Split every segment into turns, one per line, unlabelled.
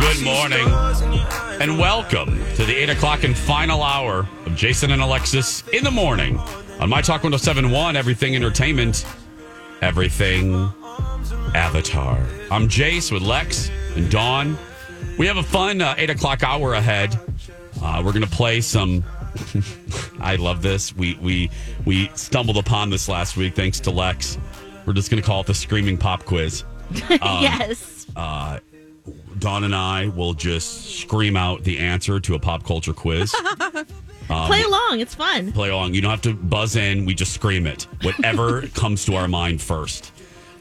Good morning and welcome to the 8 o'clock and final hour of Jason and Alexis in the morning on My Talk 1071, Everything Entertainment, Everything Avatar. I'm Jace with Lex and Dawn. We have a fun uh, 8 o'clock hour ahead. Uh, we're going to play some. I love this. We, we, we stumbled upon this last week thanks to Lex. We're just going to call it the Screaming Pop Quiz. Um,
yes.
Dawn and I will just scream out the answer to a pop culture quiz. um,
Play along. It's fun.
Play along. You don't have to buzz in. We just scream it. Whatever comes to our mind first.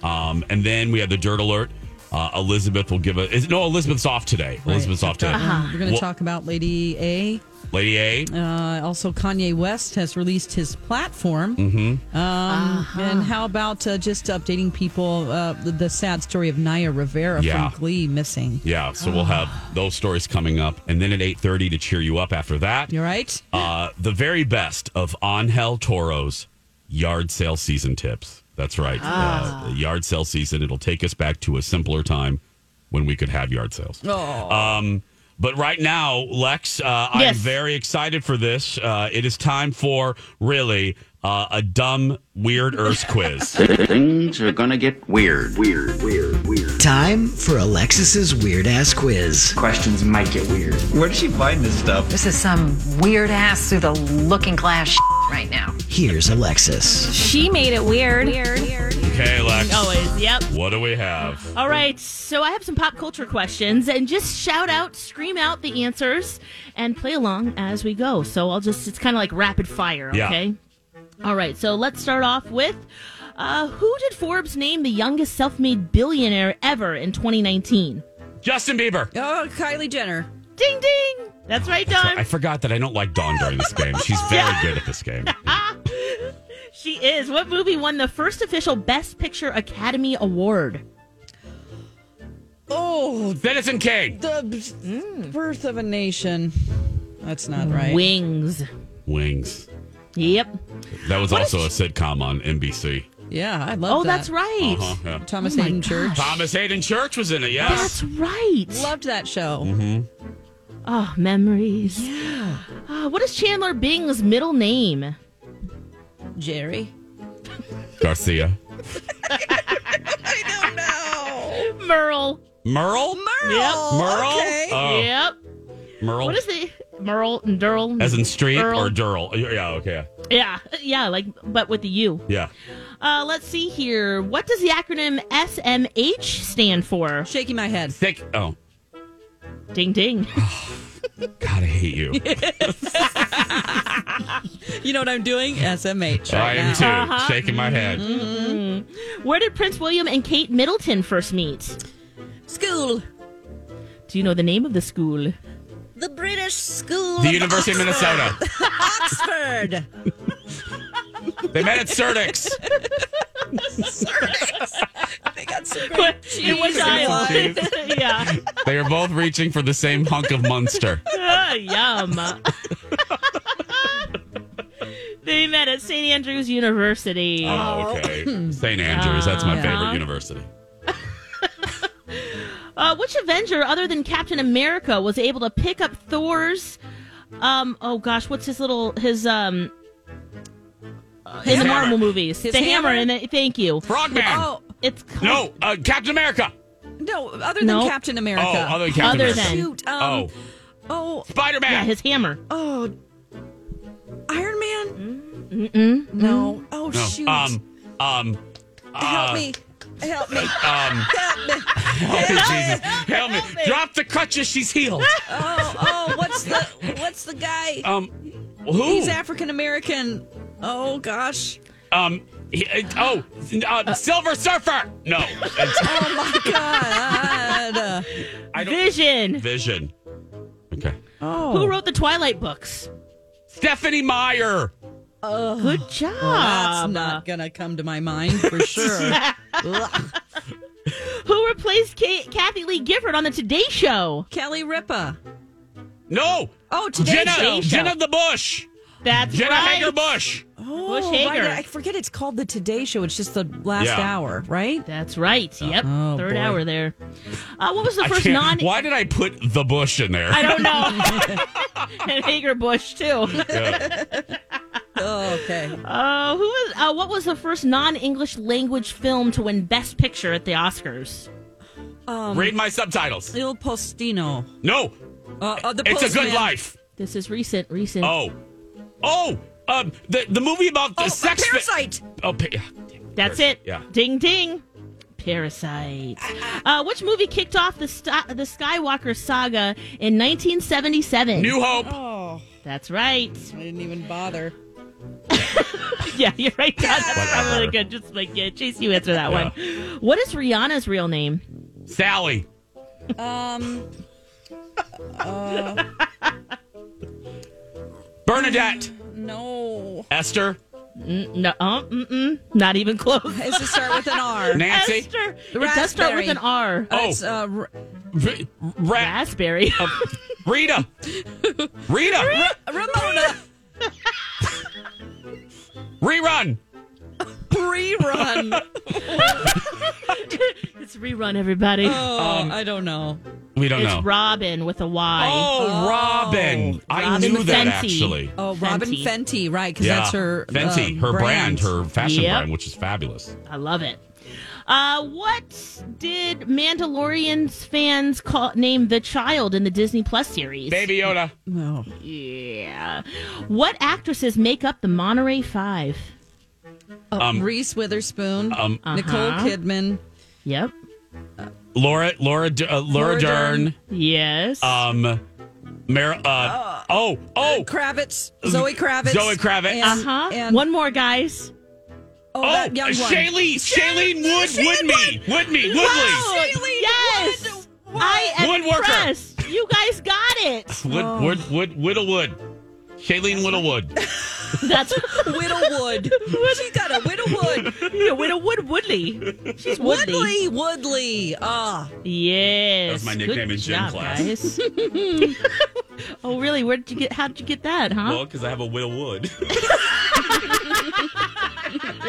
Um, and then we have the dirt alert. Uh, Elizabeth will give a. Is, no, Elizabeth's off today. Elizabeth's off today.
Um, We're going to
Well-
talk about Lady A.
Lady A.
Uh-huh. Uh, also, Kanye West has released his platform. Mm-hmm. Um, And how about uh, just updating people uh, the, the sad story of Naya Rivera
Yeah.
from Glee missing?
Yeah. So we'll have those stories coming up. And then at 8.30 to cheer you up after that.
You all right?
Uh, the very best of Angel Toro's yard sale season tips. That's right. Uh, the yard sale season. It'll take us back to a simpler time when we could have yard sales. Um, but right now, Lex, uh, I'm
Yes.
very excited for this. Uh, it is time for really uh, a dumb, weird Earth quiz.
Things are gonna get weird. Weird, weird, weird.
Time for Alexis's weird ass quiz.
Questions might get weird.
Where does she find this stuff?
This is some weird ass through the looking glass shit right now.
Here's Alexis.
She made it weird. Weird.
okay, Lex.
Always. Yep.
What do we have?
All right. So I have some pop culture questions, and just shout out, scream out the answers, and play along as we go. So I'll just—it's kind of like rapid fire.
Yeah.
Okay. All right. So let's start off with. Uh, who did Forbes name the youngest self-made billionaire ever in 2019?
Justin Bieber.
Oh, Kylie Jenner.
Ding ding! That's right,
I
Don.
forgot that I don't like Dawn during this game. She's very good at this game.
She is. What movie won the first official Best Picture Academy Award?
Oh,
Citizen Kane.
the birth of a nation. That's not right.
Wings.
Wings.
Yep.
That was also a sitcom on NBC.
yeah, I love
Oh,
that.
that's right.
Uh-huh, yeah.
Thomas Hayden Church.
Thomas Hayden Church was in it. Yes.
That's right.
Loved that show.
Oh, memories. Ah, what is Chandler Bing's middle name?
Jerry.
Garcia.
Merle.
Merle.
Yep.
Merle.
Okay.
Oh,
Yep.
Merle.
What is the Merle and Durl?
As in street
Earl.
or Durl? Yeah. Okay.
yeah, yeah, like but with the U.
Yeah.
Uh, let's see here. What does the acronym SMH stand for?
Shaking my head.
Thick. Oh.
Ding ding.
God, I hate you.
You know what I'm doing? SMH.
I
Right
am
now.
too. Shaking my head.
Where did Prince William and Kate Middleton first meet?
School.
Do you know the name of the school?
The British School.
The University of Minnesota.
Oxford.
They met at Certix.
they got some
It was Iowa. yeah.
They are both reaching for the same hunk of Munster.
Ah, yum. they met at St. Andrews University.
Oh, okay. St. Andrews. That's my favorite
Uh-huh.
university.
Uh, which Avenger, other than Captain America, was able to pick up Thor's? Um. Oh gosh, what's his little his um. His
hammer.
Marvel movies,
His
the hammer,
hammer?
and the- thank you.
Frogman.
Oh,
It's called,
No, uh, Captain America.
no, other than
No.
Captain America.
Oh, other than Captain
Other
America.
than-
Shoot. Um,
oh,
oh.
Spider
yeah,
Man.
his hammer.
Oh. Iron Man? No. Oh,
no.
shoot.
Um, um,
Help me. Help me.
um.
Help me.
Help me, oh, Jesus. Help me. Drop the crutches. She's healed.
Oh, oh, what's the what's
Oh.
the guy?
Um, who?
He's African American. Oh gosh.
um, He- uh, oh, uh, Silver Surfer. No, it's
Oh my god!
I don't-
Vision.
Vision. Okay.
Oh,
Who wrote the Twilight books?
Stephanie Meyer.
Good job.
that's not gonna come to my mind for sure. Ugh.
Who replaced Kate, Kathy Lee Gifford on the Today Show?
Kelly Ripa.
No.
Oh, today
Jenna.
show.
Jenna the Bush.
That's
Jenna
right.
Hager Bush.
Oh,
Bush
right.
Hager.
I forget it's called the Today Show. It's just the last
Yeah.
hour, right?
That's right. Yep.
Oh,
Third
boy.
hour there. Uh, what was the
I
first
can't-
non?
Why did I put the Bush in there?
I don't know. and Hager Bush too.
Oh, okay.
Uh, who was? Uh, what was the first non-English language film to win Best Picture at the Oscars?
Read my subtitles.
Il Postino.
No.
Uh, uh, the
It's a good
Postman.
life.
This is recent. Recent.
Oh. Oh. Um. The the movie about the
Oh,
sex.
a
fi-
parasite.
oh. Pa- yeah.
That's
Parasite,
it.
Yeah.
Ding ding. Parasite. Uh, which movie kicked off the st- the Skywalker saga in 1977?
New Hope.
oh,
That's right.
I didn't even bother.
Yeah, you're right. Don. That's
Whatever.
probably good. Just like yeah, Chase, you answer that
Yeah.
one. What is Rihanna's real name?
Sally.
Um,
Bernadette.
no.
Esther.
No, uh, mm-mm, not even close.
It's to start with an R.
Nancy.
Esther. It does start with
Raspberry.
an R.
Oh.
It's, uh, R-
V- Ra- uh,
Raspberry.
Oh. Rita. Rita.
Ramona.
Rerun.
Rerun.
it's rerun, everybody.
Oh,
Um,
I don't know.
We don't
it's
know.
Robin with a Y.
Oh, Robin. I
Robin
knew that
Fenty.
actually.
Oh, Robin
Fenty.
Fenty, right? Because that's her
Fenty,
um,
her brand. her fashion
Yep.
brand, which is fabulous.
I love it. Uh, what did Mandalorian's fans call name the child in the Disney Plus series?
Baby Yoda.
No.
Yeah. What actresses make up the Monterey Five?
Oh, Reese Witherspoon,
Um,
Nicole Kidman.
Yep.
Laura, Laura, D- uh, Laura
Laura
Dern.
Dern.
Yes.
Um, Mar- uh, oh, oh,
Kravitz, Zoe Kravitz,
Zoe Kravitz.
uh huh.
and-
One more, guys.
oh,
oh,
that young one.
Shailene, Shailene Wood, Woodme, Woodme, Woodley.
Wow. Yes. I am
Woodworker.
impressed. You guys got it.
Wood, Wood, Wood, Whittlewood. Shailene Whittlewood.
That's
Whittlewood. She's got a Whittlewood.
yeah, with a Wood Woodley. She's
Woodley,
Woodley.
Woodley. Ah,
Yes.
That was my
Good
nickname in gym
job,
class.
guys. oh, really? Where did you get? How did you get that? Huh?
Well, because I have a Whittlewood.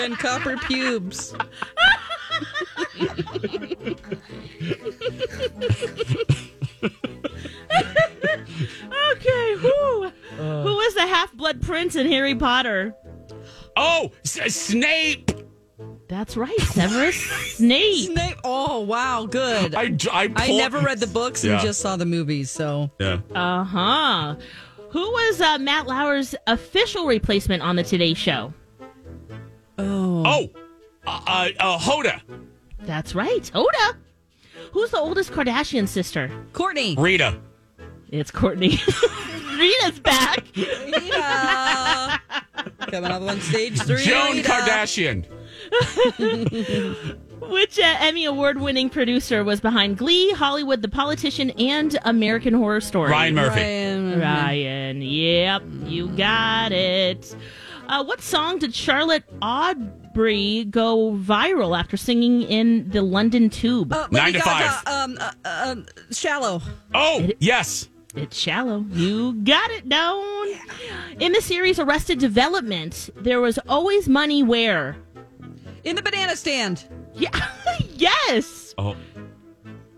and copper pubes.
Okay, who? who was the half blood prince in Harry Potter?
oh, S- Snape.
That's right, Severus Snape.
Snape. Oh, wow, good. I,
I, d- I, pulled-
never read the books
Yeah.
and just saw the movies, so
Yeah.
Uh huh. Who was uh, Matt Lauer's official replacement on the Today Show?
Oh, uh, uh, uh, Hoda.
That's right, Oda. Who's the oldest Kardashian sister?
Courtney.
Rita.
It's Courtney. Rita's back.
Rita. Coming up on stage three.
Joan
Rita.
Kardashian.
Which uh, Emmy award winning producer was behind Glee, Hollywood, The Politician, and American Horror Story?
Ryan Murphy.
Ryan.
Ryan. Yep, you got it. Uh, what song did Charlotte Aubrey go viral after singing in the London Tube?
Uh,
Nine
Lady
to
Gaga, Um, uh, uh, um, shallow.
Oh, yes.
It's shallow. You got it down. In the series Arrested Development, there was always money where.
In the banana stand.
Yeah. yes.
Oh,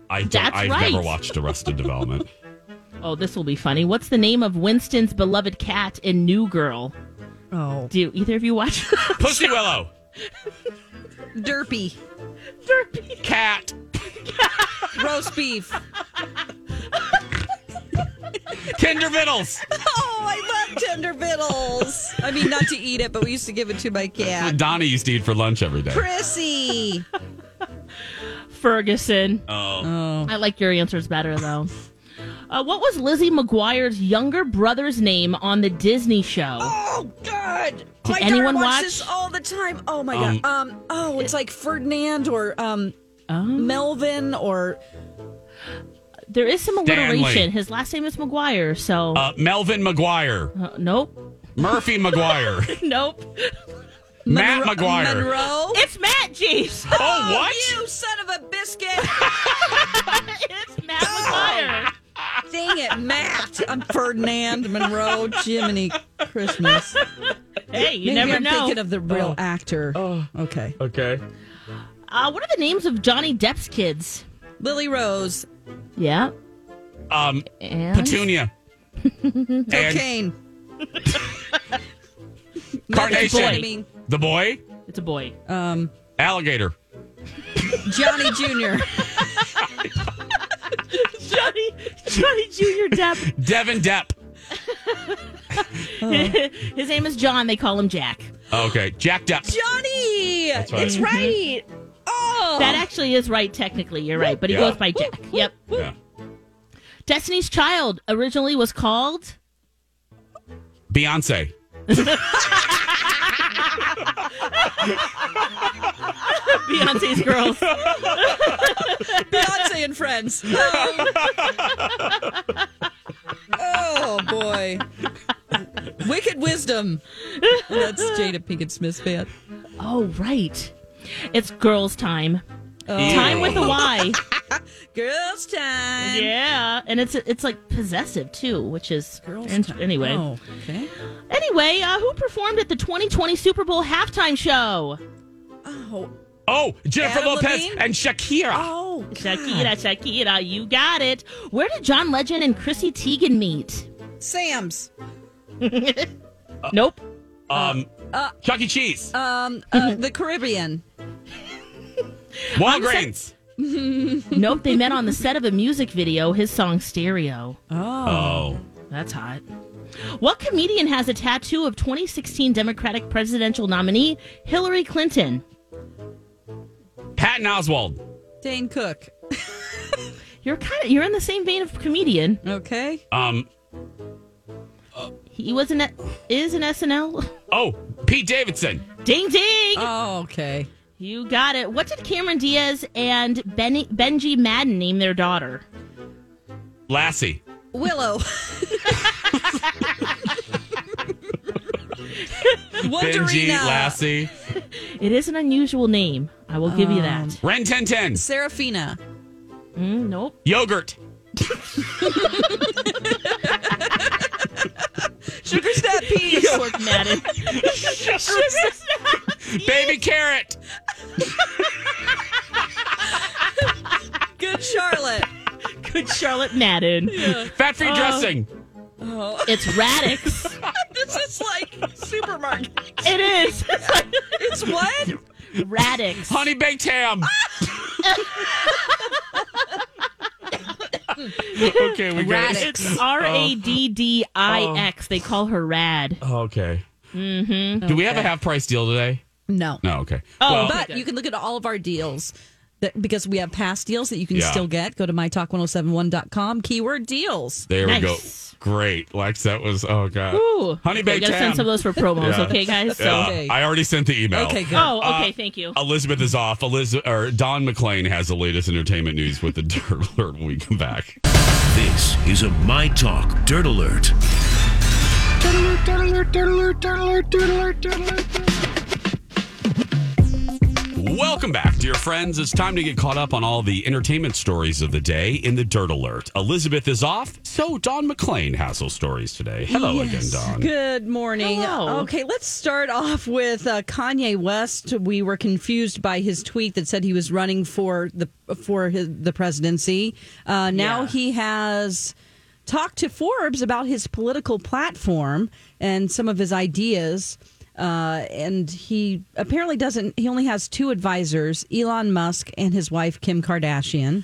I don't,
That's
I've
right.
never watched Arrested Development.
Oh, this will be funny. What's the name of Winston's beloved cat in New Girl?
Oh.
Do either of you watch
Pussy Willow.
Derpy.
Derpy?
Cat.
Roast beef.
Kinder Vittles.
Oh, I love tender vittles. I mean, not to eat it, but we used to give it to my cat.
Donna used to eat for lunch every day.
Prissy.
Ferguson.
Oh.
I like your answers better, though. Uh, what was Lizzie McGuire's younger brother's name on the Disney show?
Oh,
so good. my
anyone
daughter watches
watch?
this all the time. Oh my god. Um. Oh, it's like Ferdinand or um,
Oh.
Melvin or
There is some
Stanley.
alliteration. His last name is McGuire, so
Uh, Melvin McGuire,
uh, nope,
Murphy McGuire,
nope.
Matt McGuire.
Monroe.
It's Matt Jeeves.
Oh, what?
You son of a biscuit!
it's Matt McGuire.
Dang it, Matt.
I'm Ferdinand Monroe Jiminy Christmas.
Hey, you
Maybe
never
I'm
know. Oh.
thinking of the real actor. Okay.
Okay.
uh, what are the names of Johnny Depp's kids?
Lily Rose,
Yeah,
Um,
and
Petunia. and
Kane.
Carnation.
Boy.
The boy.
it's a boy.
Uh.
Um,
Alligator.
Johnny Jr.
Johnny Johnny Junior Depp.
Devin Depp.
His name is John. They call him Jack.
Okay. Jack Depp.
Johnny.
right. Mm-hmm.
It's right. Oh.
That actually is right, technically. You're right, but he
Yeah.
goes by Jack. Yep.
Yeah.
Destiny's Child originally was called
Beyonce.
Beyonce's Girls.
Beyonce and friends. Um, oh boy. Wicked Wisdom. That's Jada Pinkett Smith's band.
Oh, right. It's Girls Time.
Ew.
Uh, Time with a Y.
Girls time.
yeah, and it's it's like possessive too, which is and- Anyway,
Oh, okay.
anyway, uh, who performed at the 2020 Super Bowl halftime show?
Oh, Jennifer
Adam
Lopez
Levine?
and Shakira.
Oh.
Shakira, Shakira, you got it. Where did John Legend and Chrissy Teigen meet?
Sam's.
nope. Uh,
Um, Chuck E. Cheese.
Um, uh,
Mm-hmm.
the Caribbean.
Walgreens.
Nope, they met on the set of a music video, his song Stereo.
Oh.
That's hot. What comedian has a tattoo of 2016 Democratic presidential nominee Hillary Clinton?
Patton Oswald.
Dane Cook.
You're kind of you're in the same vein of comedian.
Okay.
Um,
He was an is an SNL.
oh, Pete Davidson.
ding ding.
Oh, okay.
you got it. What did Cameron Diaz and Benny, Benji Madden name their daughter?
Lassie.
Willow.
Benji,
Wonderina.
Lassie.
It is an unusual name. I will give you that.
Ren 1010.
Serafina.
Mm, nope.
Yogurt.
Sugar Step Peas.
Pork Madden.
Baby carrot.
Good Charlotte.
Good Charlotte Madden.
Fat
Uh.
free dressing.
It's Radix.
This is like supermarket.
it is. It's like
It's what?
Radix.
Honey baked ham. okay, we got it.
It's R A D D I
Oh.
X. They call her Rad.
Okay. Mm-hmm. Do we have a half price deal today?
No.
No, okay.
Oh,
But you can look at all of our deals that, because we have past deals that you can
Yeah.
still get. Go to mytalk1071.com, keyword deals.
there we go.
nice.
Great. Lex, that was, oh, God.
Ooh.
Honey
Okay,
baked
gotta
ham.
send some of those for promos,
Yeah.
okay, guys? So.
Yeah,
Okay.
I already sent the email.
Okay, good. Uh,
Oh, okay. thank you.
Elizabeth is off. Elizabeth or Don McLean has the latest entertainment news with the dirt alert when we come back.
This is a My Talk Dirt Alert.
Welcome back, dear friends. It's time to get caught up on all the entertainment stories of the day in the dirt alert. Elizabeth is off, so Don McLean has those stories today. Hello again, Don.
Good morning.
Hello.
Okay, let's start off with uh, Kanye West. We were confused by his tweet that said he was running for the for his, the presidency. Uh, now
Yeah.
he has talked to Forbes about his political platform and some of his ideas. Uh, and he apparently doesn't. He only has two advisors: Elon Musk and his wife Kim Kardashian.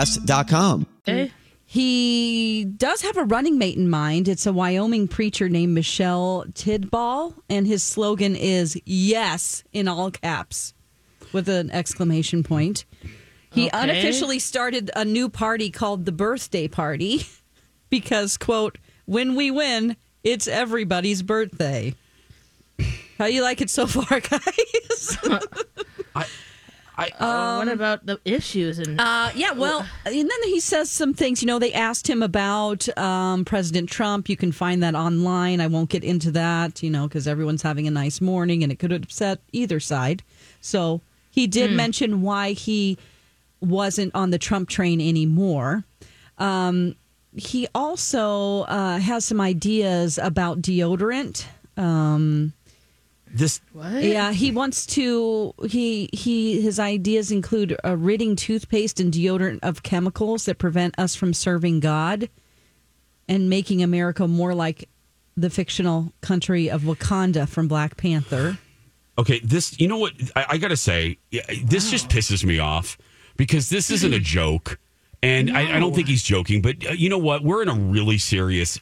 He does have a running mate in mind. It's a Wyoming preacher named Michelle Tidball, and his slogan is yes in all caps with an exclamation point. He
Okay.
unofficially started a new party called the Birthday Party because, quote, when we win, it's everybody's birthday. How you like it so far, guys?
Oh, what about the issues and
Uh, yeah, well, and then he says some things. You know, they asked him about um, President Trump. You can find that online. I won't get into that, you know, because everyone's having a nice morning and it could upset either side. So he did mention why he wasn't on the Trump train anymore. Um, he also uh, has some ideas about deodorant. Um,
This
yeah, he wants to. He he. His ideas include uh, ridding toothpaste and deodorant of chemicals that prevent us from serving God, and making America more like the fictional country of Wakanda from Black Panther.
Okay, this, you know what? I, I gotta say, yeah, this just pisses me off because this isn't a joke. And I, I don't think he's joking, but uh, you know what? We're in a really serious.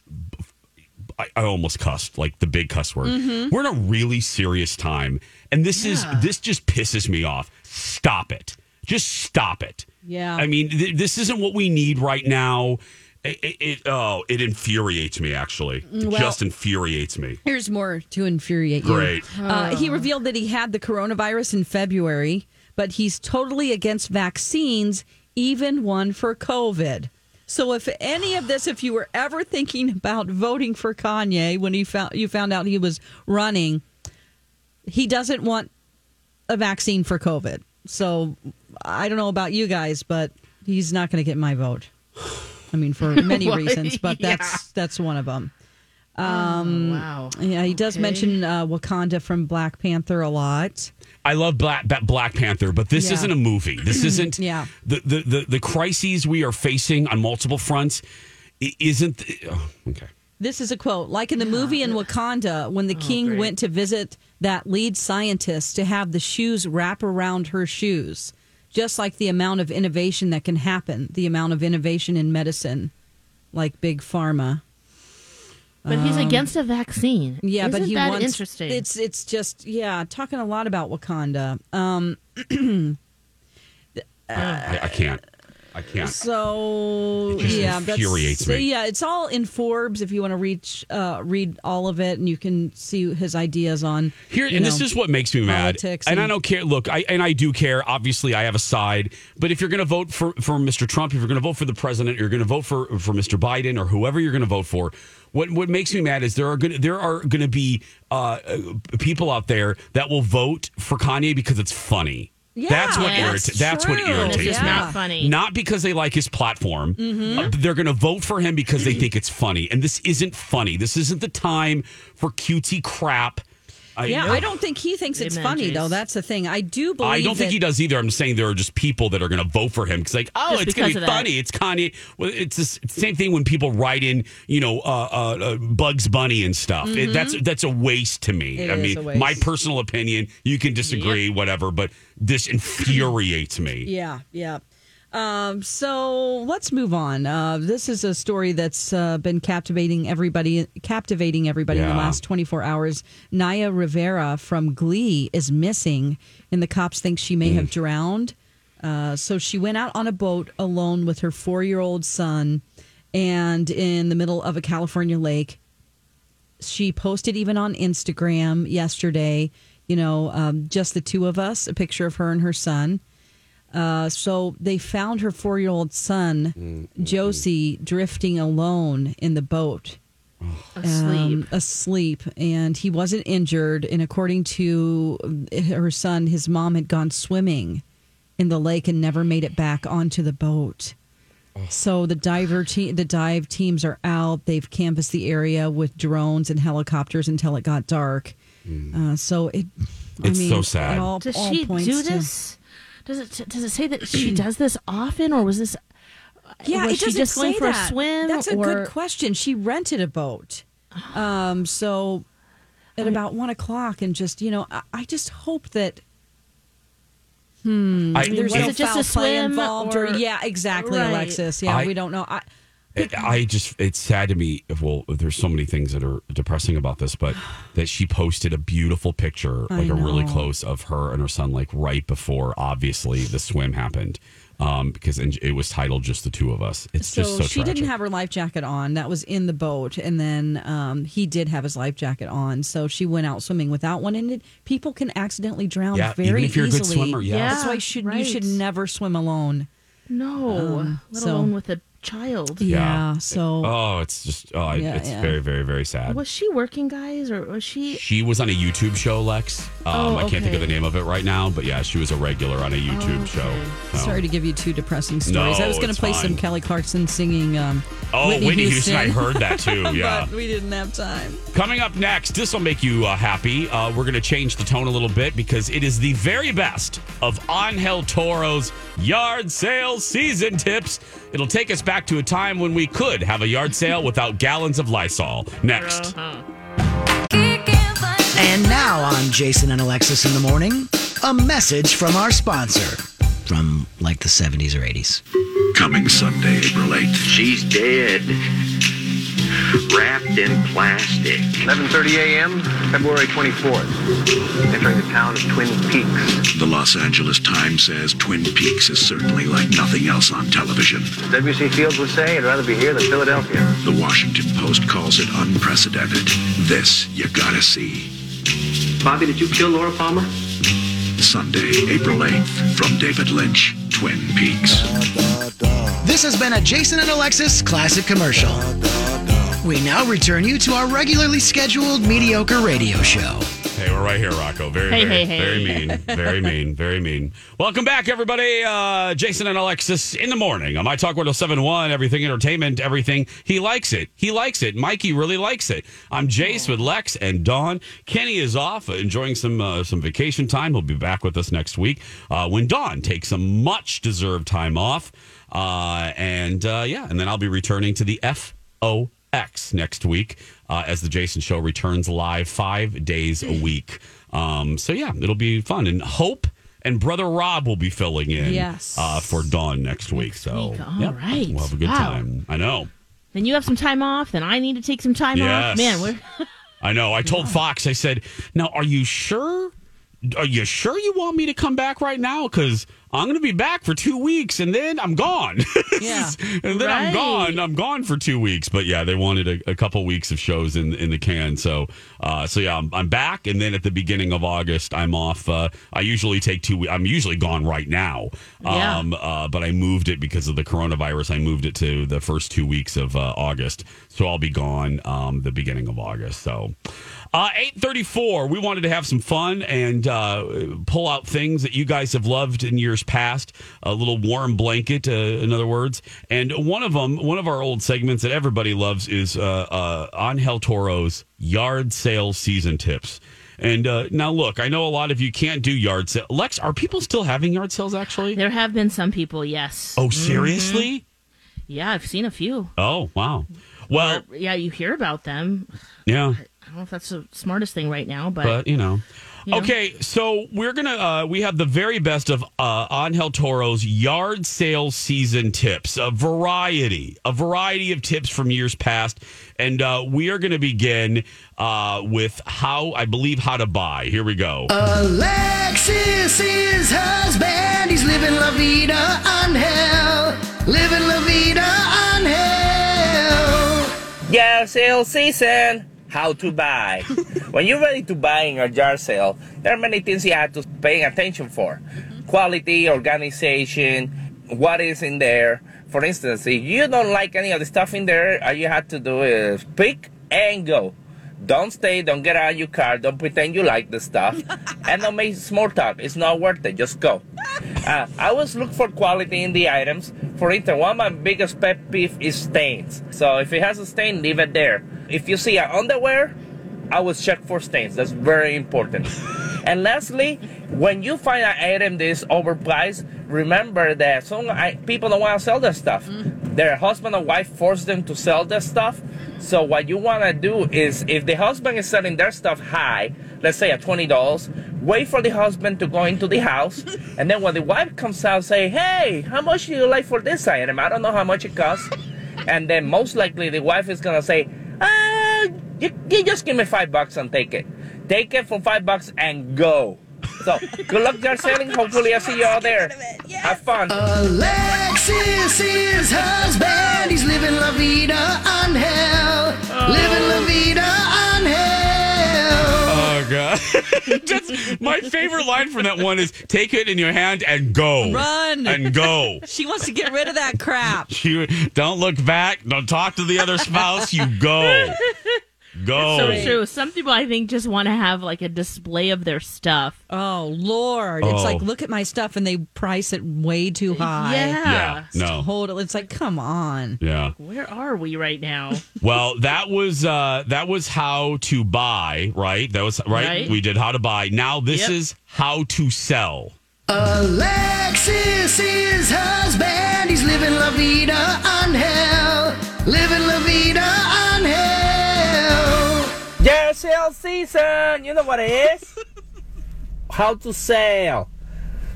I, I almost cussed, like the big cuss word.
Mm-hmm.
We're in a really serious time, and this is this just pisses me off. Stop it! Just stop it.
Yeah.
I mean, th- this isn't what we need right now. It, it, it- oh, it infuriates me. Actually, It
Mm, Well-
just infuriates me.
Here's more to infuriate you.
Great.
Uh, he revealed that he had the coronavirus in February, but he's totally against vaccines, even one for COVID. So, if any of this, if you were ever thinking about voting for Kanye when he found you found out he was running, he doesn't want a vaccine for COVID. So, I don't know about you guys, but he's not going to get my vote. I mean, for many
Why?
reasons, but
Yeah.
that's that's one of them.
wow?
Yeah, he does
Okay.
mention uh, Wakanda from Black Panther a lot.
I love Black Ba- Black Panther, but this
Yeah.
isn't a movie. This isn't
Yeah.
the, the the the crises we are facing on multiple fronts. i- Isn't oh, okay?
This is a quote. Like in the movie in Wakanda, when the king
Oh, great.
went to visit that lead scientist to have the shoes wrap around her shoes, just like the amount of innovation that can happen, the amount of innovation in medicine, like big pharma.
But he's against a vaccine.
um, Yeah,
Isn't
but he
that
wants
interesting.
It's it's just yeah, talking a lot about Wakanda. Um,
I, I can't. I can't.
So
It just
yeah, that's-
infuriates me.
so, Yeah, it's all in Forbes. If you want to reach, uh, read all of it, and you can see his ideas on
Here
you
and this
know,
is what makes me mad.
politics
and I
and-
don't care. Look, I and I do care. Obviously, I have a side. But if you're going to vote for for Mr. Trump, if you're going to vote for the president, you're going to vote for for Mr. Biden or whoever you're going to vote for. What what makes me mad is there are going there are going to be uh, uh, people out there that will vote for Kanye because it's funny. that's what
Yeah,
irritates.
that's
That's what
true.
irritates
It's
me.
not Mm-hmm.
funny.
Not because they like his platform. Uh, they're going to vote for him because they think it's funny. And this isn't funny. This isn't the time for cutesy crap. I-
yeah. I don't think he thinks it's
Amen,
funny though.
Jace.
That's the thing. I do believe.
I don't think he
that-
does either. I'm saying there are just people that are going to vote for him because, like, oh,
Just
it's going
because
to
of
be
that.
funny. It's Kanye. Well, it's the s- same thing when people write in, you know, uh, uh, uh, Bugs Bunny and stuff. It- that's that's a waste to me.
Mm-hmm. It
I
is
mean,
a waste.
my personal opinion. You can disagree, whatever, but this infuriates me.
Yeah, yeah. Um, so let's move on. Uh, this is a story that's uh, been captivating everybody, captivating everybody in
Yeah.
the last 24 hours. Naya Rivera from Glee is missing, and the cops think she may have drowned. Uh, so she went out on a boat alone with her four-year-old son, and in the middle of a California lake, she posted even on Instagram yesterday, you know, um, just the two of us, a picture of her and her son. Uh, so they found her four year old son,
Mm-hmm.
Josie, drifting alone in the boat,
Asleep.
um, asleep, and he wasn't injured. And according to her son, his mom had gone swimming in the lake and never made it back onto the boat. So the diver te- the dive teams are out. They've canvassed the area with drones and helicopters until it got dark. Uh, so it,
Mm. It's
I mean,
so sad.
It all,
Does
all
she
points
do
to-
this? Does it does it say that she does this often, or was this?
Yeah,
was
it
she
doesn't
just going
say
for
that.
a swim?
That's a
or- Ah.
good question. She rented a boat, um, so at about one o'clock, and just you know, I, I just hope that
I,
there's
was
no
it-
it just
foul
a
play
swim
involved, or,
or-
yeah, exactly,
Right.
Alexis. Yeah,
I-
we don't know. I,
it- I just it's sad to me. Well, there's so many things that are depressing about this, but that she posted a beautiful picture, like a really
know.
close of her and her son, like right before obviously the swim happened, um, because and it was titled just the two of us. It's
so,
just so
she
tragic.
didn't have her life jacket on. That was in the boat, and then um, he did have his life jacket on. So she went out swimming without one, and it, people can accidentally drown
Yeah,
very
even if you're a
easily.
good swimmer, yeah.
That's why
Yeah,
you should you
right.
should never swim alone.
No,
Um,
let
so-
alone with a child.
Yeah.
Yeah.
so
Oh, it's just oh,
Yeah,
it's
yeah.
very very very sad.
Was she working, guys, or was she?
She was on a YouTube show, Lex. Um,
Oh,
I can't think of the
okay.
name of it right now, but yeah, she was a regular on a YouTube show. So-
Oh, sorry to give you two depressing stories. I
Oh. No,
was going
it's
to play some
fine.
Kelly Clarkson singing. Um,
Oh, Whitney, Houston. I heard that too. Yeah.
but we didn't have time.
Coming up next, this will make you uh, happy. Uh, we're going to change the tone a little bit because it is the very best of Angel Toro's yard sale season tips. It'll take us back to a time when we could have a yard sale without gallons of Lysol. Next.
And now on Jason and Alexis in the morning, a message from our sponsor from like the 70s or 80s.
Coming Sunday, April 8th.
She's dead. Wrapped in plastic.
11:30 a.m., February 24th. Entering the town of Twin Peaks.
The Los Angeles Times says Twin Peaks is certainly like nothing else on television.
W.C. Fields would say, "I'd rather be here than Philadelphia."
The Washington Post calls it unprecedented. This you gotta see.
Bobby, did you kill Laura Palmer?
Sunday, April 8th, from David Lynch, Twin Peaks.
This has been a Jason and Alexis classic commercial. We now return you to our regularly scheduled mediocre radio show.
Hey, we're right here, Rocco. Very,
Hey,
very,
hey, hey.
very mean. Very mean. Very mean. Welcome back, everybody. Uh, Jason and Alexis in the morning on My Talk 1071. Everything entertainment, everything. He likes it. He likes it. Mikey really likes it. I'm Jace with Lex and Dawn. Kenny is off uh, enjoying some uh, some vacation time. He'll be back with us next week uh, when Dawn takes some much deserved time off. Uh, and uh, yeah, and then I'll be returning to the FO. X next week uh, as the Jason Show returns live five days a week. Um, so yeah, it'll be fun and hope and brother Rob will be filling in
Yes.
uh, for Dawn next week. so
week. All
yeah,
right.
we'll have a good
Wow.
time. I know.
Then you have some time off. Then I need to take some time
Yes.
off. Man, we're
I know. I told Fox, I said, now, are you sure? Are you sure you want me to come back right now? Because I'm going to be back for two weeks and then I'm gone.
Yeah.
and then I'm
Right.
gone. I'm gone for two weeks. But yeah, they wanted a, a couple weeks of shows in in the can. So uh, so yeah, I'm, I'm back. And then at the beginning of August, I'm off. Uh, I usually take two. we- I'm usually gone right now.
Yeah.
Um, uh, but I moved it because of the coronavirus. I moved it to the first two weeks of uh, August. So I'll be gone um, the beginning of August. So uh, eight thirty four. We wanted to have some fun and uh, pull out things that you guys have loved in years past. A little warm blanket, uh, in other words. And one of them, one of our old segments that everybody loves is uh, uh, Angel Toro's yard sale season tips. And uh, now, look, I know a lot of you can't do yard sale. Lex, are people still having yard sales? Actually,
there have been some people. Yes.
Oh, seriously?
Yeah, I've seen a few.
Oh, wow. Well,
Yeah, you hear about them.
yeah,
I don't know if that's the smartest thing right now, but,
but you know.
You know.
Okay, so we're gonna uh, we have the very best of uh, Angel Toro's yard sale season tips, a variety, a variety of tips from years past, and uh, we are gonna begin uh, with how I believe how to buy. Here we go.
Oh. Alexis is husband. He's living La Vida on hell. Living La Vida on hell.
Yard sale season! How to buy. when you're ready to buy in a yard sale, there are many things you have to pay attention for. Quality, organization, what is in there. For instance, if you don't like any of the stuff in there, all you have to do is pick and go. Don't stay, don't get out of your car, don't pretend you like the stuff, and don't make small talk. It's not worth it. Just go. Uh, I always look for quality in the items. For instance, one of my biggest pet peeve is stains. So if it has a stain, leave it there. If you see an underwear, I would check for stains. That's very important. and lastly, when you find an item that is overpriced, remember that some I, people don't want to sell that stuff. Their husband or wife forced them to sell that stuff. So what you want to do is, if the husband is selling their stuff high, let's say at twenty dollars, wait for the husband to go into the house, and then when the wife comes out, say, "Hey, how much do you like for this item? I don't know how much it costs." And then most likely the wife is gonna say, uh, you, you just give me five bucks and take it. Take it for five bucks and go. So good luck there selling. Hopefully I see you all there. Have fun.
Alexis is husband. He's living La Vida on hell. Living La Vida on hell.
Oh god, That's, my favorite line from that one is "Take it in your hand and go,
Run.
and go."
She wants to get rid of that crap.
You don't look back. Don't talk to the other spouse. You go, go.
So true. Some people, I think, just want to have like a display of their stuff.
Oh Lord,
Oh.
it's like look at my stuff, and they price it way too high.
Yeah.
Yeah, no.
Totally. It's like come on.
Yeah.
Where are we right now?
Well, that was uh that was how to buy, right? That was right.
Right.
We did how to buy. Now this
Yep.
is how to sell.
Alexis is husband. He's living La Vida on hell. Living La Vida on hell.
Yeah, sale season. You know what it is? How to sell.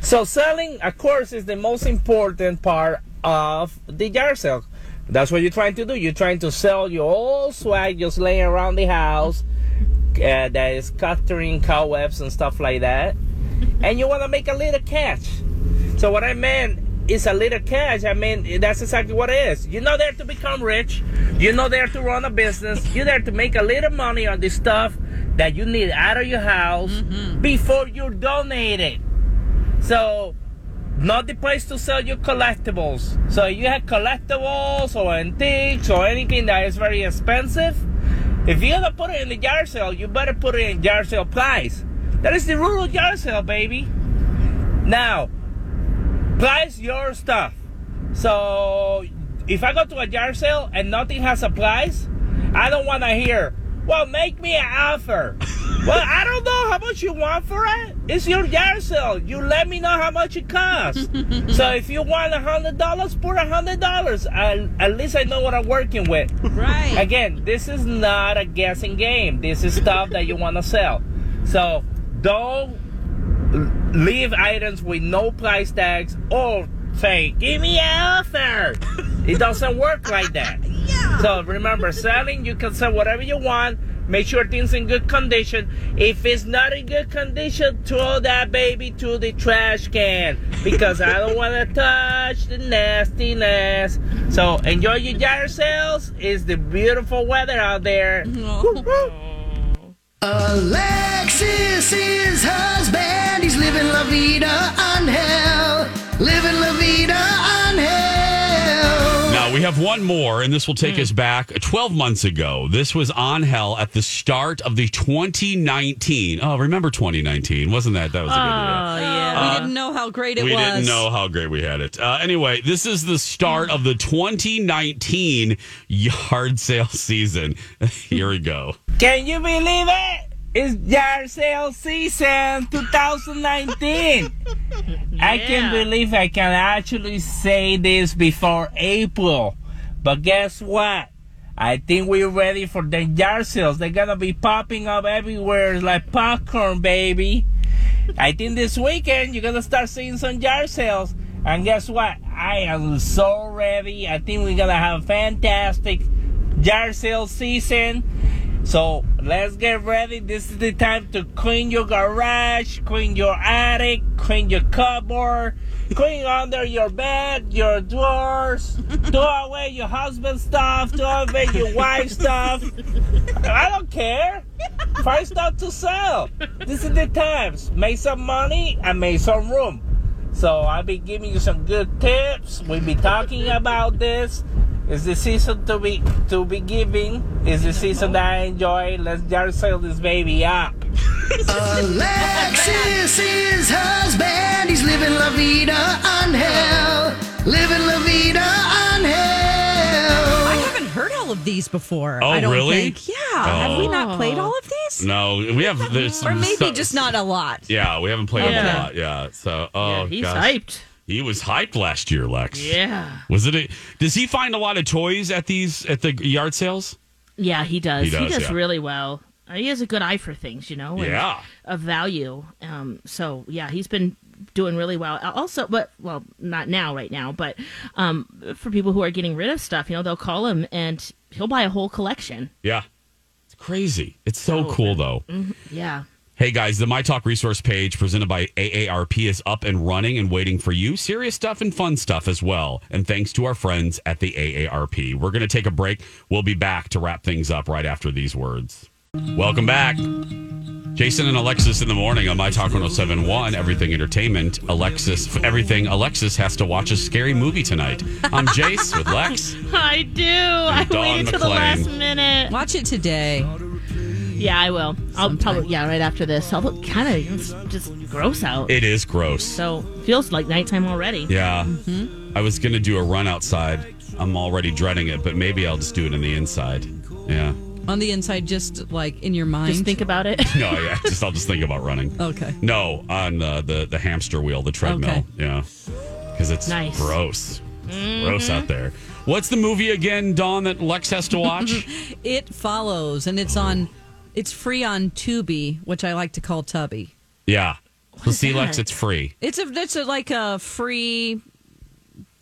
So selling, of course, is the most important part of the yard sale. That's what you're trying to do. You're trying to sell your old swag just laying around the house uh, that is capturing cobwebs and stuff like that. And you want to make a little cash. So what I meant is a little cash. I mean, that's exactly what it is. You're not there to become rich. You're not there to run a business. You're there to make a little money on the stuff that you need out of your house before you donate it. So, not the place to sell your collectibles. So, if you have collectibles or antiques or anything that is very expensive, if you're gonna put it in the yard sale, you better put it in yard sale price. That is the rural yard sale, baby. Now, price your stuff. So, if I go to a yard sale and nothing has a price, I don't want to hear, well, make me an offer. well, I don't know how much you want for it. It's your yard sale. You let me know how much it costs. so if you want a hundred dollars, put a hundred dollars. I- At least I know what I'm working with.
Right.
Again, this is not a guessing game. This is stuff that you want to sell. So don't leave items with no price tags or say, give me an offer. it doesn't work like that. So remember, selling, you can sell whatever you want. Make sure things in good condition. If it's not in good condition, throw that baby to the trash can because I don't want to touch the nastiness. So enjoy your yard sales. It's the beautiful weather out there.
Alexis is husband. He's living La Vida on hell. Living La Vida on hell.
Now we have one more, and this will
Hmm.
take us back 12 months ago. This was on hell at the start of the 2019. Oh, remember 2019? Wasn't that that was a good
Ah.
year?
Oh, yeah.
Uh,
we didn't know how great it
we
was.
didn't know how great we had it. Uh, anyway, this is the start of the 2019 yard sale season. Here we go.
Can you believe it? It's yard sale season 2019. I can't believe I can actually say this before April. But guess what? I think we're ready for the yard sales. They're gonna be popping up everywhere like popcorn, baby. I think this weekend you're gonna start seeing some yard sales. And guess what? I am so ready. I think we're gonna have a fantastic yard sale season. So let's get ready. This is the time to clean your garage, clean your attic, clean your cupboard, clean under your bed, your drawers, throw away your husband's stuff, throw away your wife's stuff. I don't care. Find stuff to sell. This is the times. Make some money and make some room. So I'll be giving you some good tips. We'll be talking about this. It's the season to be to be giving. It's the season that I enjoy. Let's jar sell this baby up.
Alexis is husband. He's living La Vida on hell. Living La Vida on hell.
I haven't heard all of these before.
Oh,
I don't
really?
Think. Yeah. Have we not
Oh.
played all of these?
No, we have this.
Or maybe
so-
just not a lot.
Yeah, we haven't played
Okay.
a lot. Yeah, so oh,
Yeah, he's
gosh.
hyped.
He was hyped last year, Lex.
Yeah.
Was it? A, does he find a lot of toys at these at the yard sales?
Yeah, he does.
He
He
does,
does,
yeah.
really well. Uh, He has a good eye for things, you know. and
Yeah.
Of value. Um. So yeah, he's been doing really well. Uh, Also, but well, not now, right now, but um, for people who are getting rid of stuff, you know, they'll call him and he'll buy a whole collection.
Yeah, it's crazy. It's so cool though.
Mhm. Yeah.
Hey guys, the My Talk resource page presented by AARP is up and running and waiting for you. Serious stuff and fun stuff as well. And thanks to our friends at the AARP. We're going to take a break. We'll be back to wrap things up right after these words. Welcome back. Jason and Alexis in the morning on My Talk 1071, Everything Entertainment. Alexis, Everything Alexis has to watch a scary movie tonight. I'm Jace with Lex.
I do. I
Dawn
waited till the
McClain.
last minute.
Watch it today.
Yeah, I will. I'll probably yeah right after this. Although kind of just gross out.
It is gross.
So feels like nighttime already.
Yeah. I was going to do a run outside. I'm already dreading it, but maybe I'll just do it in the inside. Yeah.
On the inside, just like in your mind. Just
think about it.
No, yeah. just I'll just think about running.
Okay.
No, on the the, the hamster wheel, the treadmill.
Okay.
Yeah. Cuz it's
Nice.
gross. It's Gross
Mhm.
out there. What's the movie again, Dawn, that Lex has to watch?
It follows, and it's on. It's free on Tubi, which I like to call Tubby.
yeah. So
is
see Lex,
that?
it's free.
It's a it's a, like a free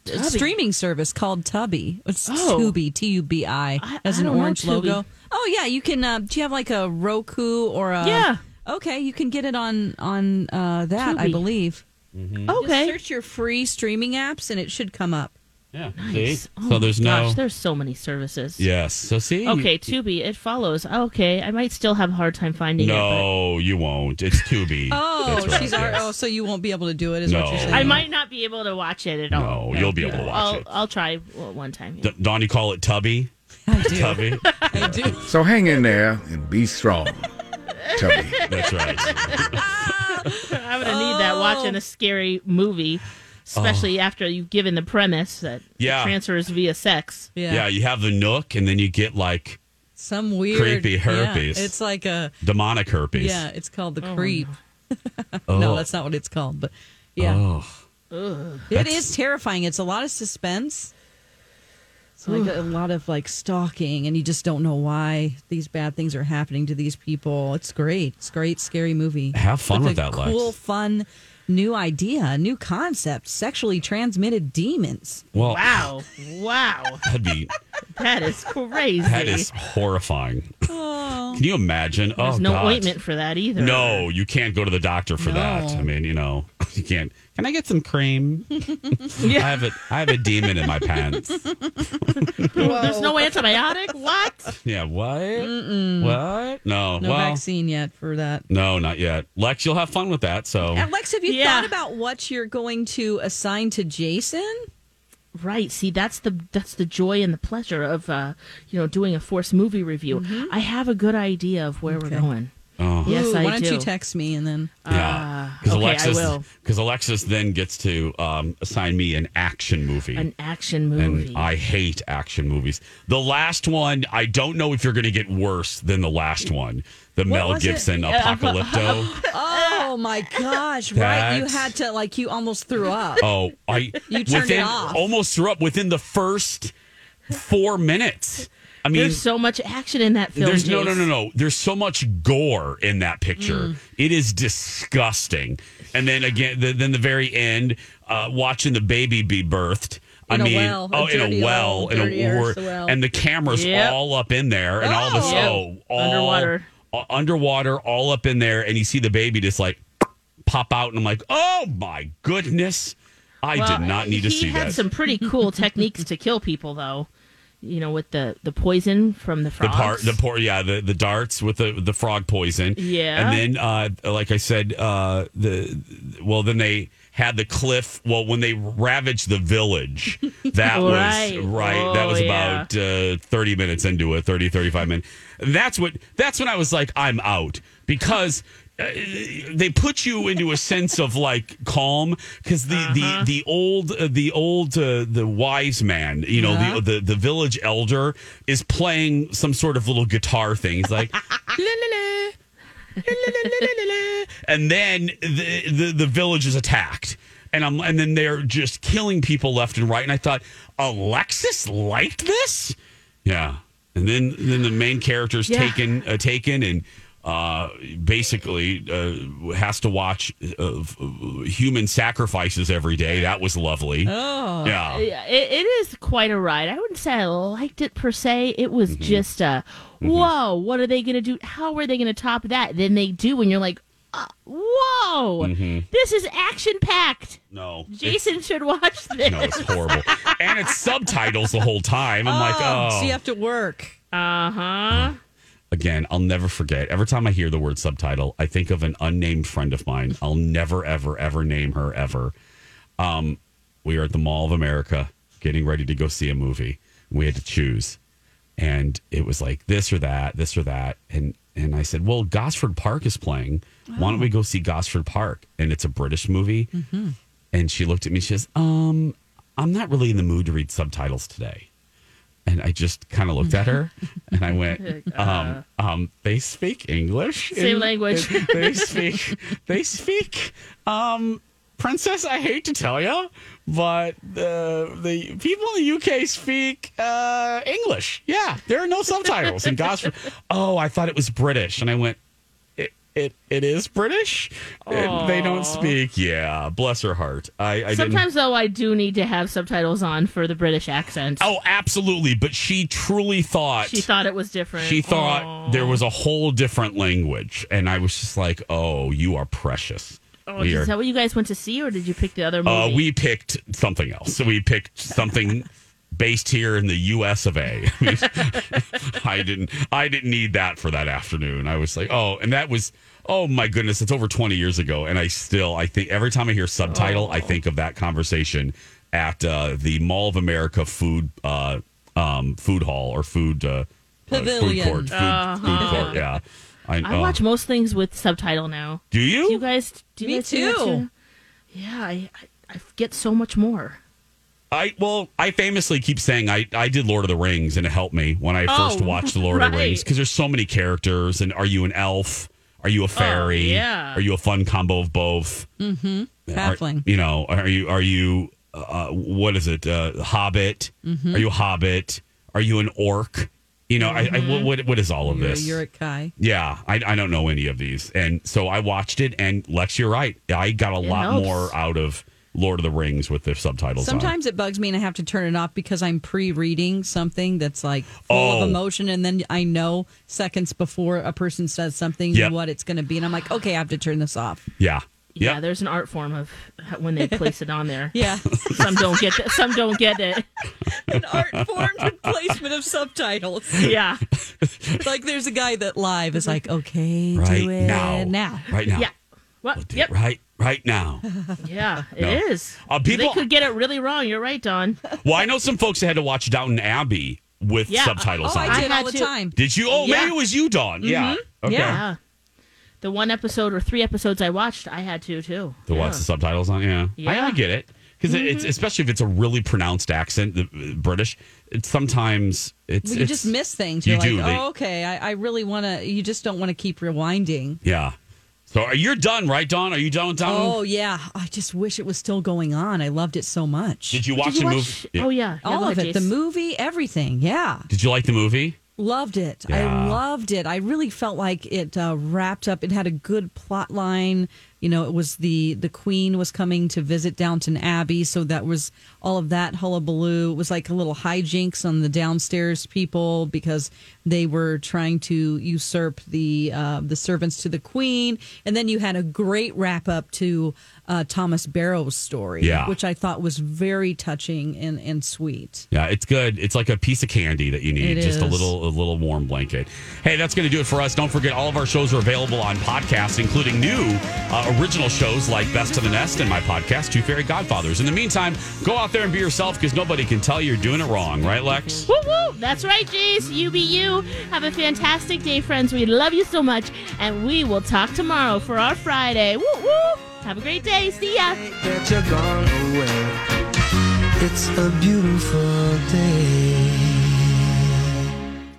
Tubby.
streaming service called Tubby. It's
Oh.
Tubi, T U B I, as
I
an
don't know
orange
Tubi.
logo. Oh yeah, you can. Uh, do you have like a Roku or a?
Yeah.
Okay, you can get it on on uh, that, I
Tubi.
believe.
Mm-hmm.
Okay.
Just search your free streaming apps, and it should come up.
Yeah.
Nice. Oh
See? so
my
there's no
Gosh, there's so many services.
Yes. So see?
Okay, Tubi. It follows. Okay, I might still have a hard time finding it.
No, you won't. It's Tubi.
Oh,
That's right,
she's our,
yes.
oh, so you won't be able to do it, is what
No.
you're saying?
But I might not be able to watch it at all.
No, you'll be able to watch
I'll,
it.
I'll try o- one time.
D- Dawn, you call it Tubby? Tubby?
So hang in there and be strong. Tubby.
That's right.
I'm gonna need that watching a scary movie, especially after you've given the premise that the
Oh. Yeah.
transfer is via sex.
Yeah. you have the nook, and then you get like
Some weird
Creepy
yeah,
herpes.
it's like a
demonic herpes.
yeah. It's called the
Oh,
creep.
Oh.
no, that's not what it's called, but yeah.
Oh.
It is terrifying. It's a lot of suspense. It's like a lot of like stalking, and you just don't know why these bad things are happening to these people. It's great. It's a great, scary movie.
Have fun with
a
that, Lex.
Cool, fun, new idea, new concept. Sexually transmitted demons.
Well,
Wow! Wow!
that'd be
that is crazy.
that is horrifying.
Oh.
Can you imagine?
There's
oh,
no
God.
ointment for that either.
No, you can't go to the doctor for that.
No.
I mean, you know, you can't. Can I get some cream? I have a I have a demon in my pants.
There's no antibiotic. What?
Yeah, what?
Mm-mm.
What? No,
No
well,
vaccine yet for that.
no, not yet. Lex, you'll have fun with that. So
And Lex, have you
Yeah.
thought about what you're going to assign to Jason?
Right. See, that's the that's the joy and the pleasure of uh, you know doing a forced movie review. I have a good idea of where we're going.
Mm-hmm. Oh.
Yes,
Ooh,
I
Why don't
do.
you text me and then?
Yeah,
Ah, okay, I will.
Alexis, because Alexis then gets to um, assign me an action movie,
An action movie.
and I hate action movies. The last one, I don't know if you're going to get worse than the last one, the Mel
was it?
Gibson
Yeah,
Apocalypto.
Oh my gosh! Right, you
That's-
had to like you almost threw up.
oh, I
You turned
within
it off.
almost threw up within the first four minutes. I mean,
there's so much action in that film.
There's no,
Jace.
no, no, no. There's so much gore in that picture.
Mm.
It is disgusting. And then again, the, then the very end, uh, watching the baby be birthed. I
In a
mean,
well, a
oh, in
dirty
a well,
old
in
dirty
a
earth well.
and the cameras
Yep.
all up in there, and all of a
Yep.
oh, all
Underwater.
uh, underwater, all up in there, and you see the baby just like pop out, and I'm like, oh my goodness, I
Well,
did not need to see
He had
that.
some pretty cool techniques to kill people, though. You know, with the the poison from the
the
frogs.
part the por- yeah the, the darts with the the frog poison
Yeah.
and then uh like i said uh the well then they had the cliff. Well, when they ravaged the village, that
Right.
was right. that
Oh,
was
yeah.
about uh, 30 minutes into it, 30, 35 minutes. That's what. That's when I was like, I'm out because. Uh, they put you into a sense of like calm because the,
Uh-huh.
the the old uh, the old uh, the wise man you know
Uh-huh.
Yeah.
the, the the village elder is playing some sort of little guitar thing he's like and then the, the the village is attacked and I'm and then they're just killing people left and right and I thought Alexis liked this yeah and then then the main character's
Yeah.
taken uh, taken and uh basically uh has to watch uh, f- human sacrifices every day that was lovely
Oh,
yeah
It, it is quite a ride. I wouldn't say I liked it per se. It was
Mm-hmm.
just a whoa. What are they going to do? How are they going to top that? Then they do, and you're like, uh, whoa,
Mhm.
this is action packed.
no it's-
Jason should watch this.
no it's horrible and it's subtitles the whole time I'm like oh
so you have to work.
Uh huh.
again, I'll never forget. Every time I hear the word subtitle, I think of an unnamed friend of mine. I'll never, ever, ever name her ever. Um, we are at the Mall of America getting ready to go see a movie. We had to choose. And it was like this or that, this or that. And and I said, Well, Gosford Park is playing. Why don't we go see Gosford Park? And it's a British movie.
Mm-hmm.
And she looked at me, she says, Um, I'm not really in the mood to read subtitles today. And I just kind of looked at her and I went, um, um, they speak English.
uh, Same language.
they speak they speak um princess, I hate to tell you, but uh, the people in the UK speak uh English. Yeah, there are no subtitles in Gosford. Oh, I thought it was British and I went it it, it is British. It- they
Aw.
don't speak. Yeah, bless her heart. I, I didn't
Sometimes though, I do need to have subtitles on for the British accent.
Oh, absolutely. But she truly thought
She thought it was different.
she thought there was a whole different language, and I was just like, "Oh, you are precious."
Oh,
We
is
are-
that what you guys went to see, or did you pick the other
uh,
movie?
we picked something else. So we picked something based here in the U.S. of A. I, mean, I didn't. I didn't need that for that afternoon. I was like, "Oh," and that was. Oh my goodness, it's over 20 years ago and I still I think every time I hear subtitle I think of that conversation at uh, the Mall of America food uh, um, food hall or food uh, uh,
Pavilion.
food court food, food
Uh-huh.
court yeah
I
oh.
watch most things with subtitle now.
Do you?
Do you guys? Do you
Me
guys do that
too.
Yeah, I, I I get so much more.
I well, I famously keep saying I, I did Lord of the Rings and it helped me when I
Oh,
first watched the Lord of the
right.
Rings because there's so many characters and are you an elf? Are
Oh,
you a fairy?
yeah.
Are you a fun combo of both?
Mm-hmm.
Are-
Halfling.
you know, are you are you uh, what is it? Uh, hobbit?
Mhm.
Are you a hobbit? Are you an orc? You know, I, I what- what what is all of
Mm-hmm. You're,
this?
you're a Kai.
Yeah, I, I don't know any of these. And so I watched it, and Lex, you're right. I got a
It
lot
helps.
more out of Lord of the Rings with the subtitles on.
Sometimes it bugs me and I have to turn it off because I'm pre-reading something that's like full
Oh.
of emotion, and then I know seconds before a person says something
Yep.
what it's going to be, and I'm like, okay, I have to turn this off.
Yeah.
Yeah, there's an art form of h- when they place it on there.
Yeah.
some don't get that. Some don't get it.
Placement of subtitles.
Yeah.
like there's a guy that live is like, okay,
Right
do it
now. Right now.
Yeah. What? yep.
Right, right now.
Yeah, it
No.
is.
Uh, people-
they could get it really wrong. You're right, Don.
Well, I know some folks that had to watch Downton Abbey with
Yeah.
subtitles
Oh,
on.
I did I all had the to. time.
Did you? Oh,
Yeah.
maybe it was you, Dawn. Yeah. Okay.
Yeah. The one episode or three episodes I watched, I had to too.
To watch
Yeah.
the subtitles on. Yeah. I,
Yeah.
I get it. Because it's especially if it's a really pronounced accent, the uh, British. It's sometimes it's
Well, you
it's-
just miss things.
you
You're like,
do. They-
oh, okay, I, I really want to. You just don't want to keep rewinding.
Yeah. So are you're done, right, Dawn? Are you done with Downton?
oh yeah, I just wish it was still going on. I loved it so much.
Did you watch Did you the watch- movie? oh, yeah. Yeah,
all
go
of
ahead,
it. The
Jace.
movie, everything. Yeah,
Did you like the movie?
loved it.
Yeah.
I loved it. I really felt like it uh, wrapped up. It had a good plot line. You know, it was the the Queen was coming to visit Downton Abbey, so that was all of that hullabaloo. It was like a little hijinks on the downstairs people because they were trying to usurp the uh, the servants to the Queen, and then you had a great wrap up to uh, Thomas Barrow's story,
Yeah.
which I thought was very touching and and sweet.
Yeah, it's good. It's like a piece of candy that you need.
It
just a
is.
little a little warm blanket. Hey, that's going to do it for us. Don't forget all of our shows are available on podcast including new uh, original shows like Best of the Nest and my podcast, Two Fairy Godfathers. In the meantime, go out there and be yourself because nobody can tell you you're doing it wrong, right, Lex?
Woo woo! That's right, Jace. You be you. Have a fantastic day, friends. We love you so much, and we will talk tomorrow for our Friday. Woo woo! Have a great day. See ya.
that you're gone away. It's a beautiful day.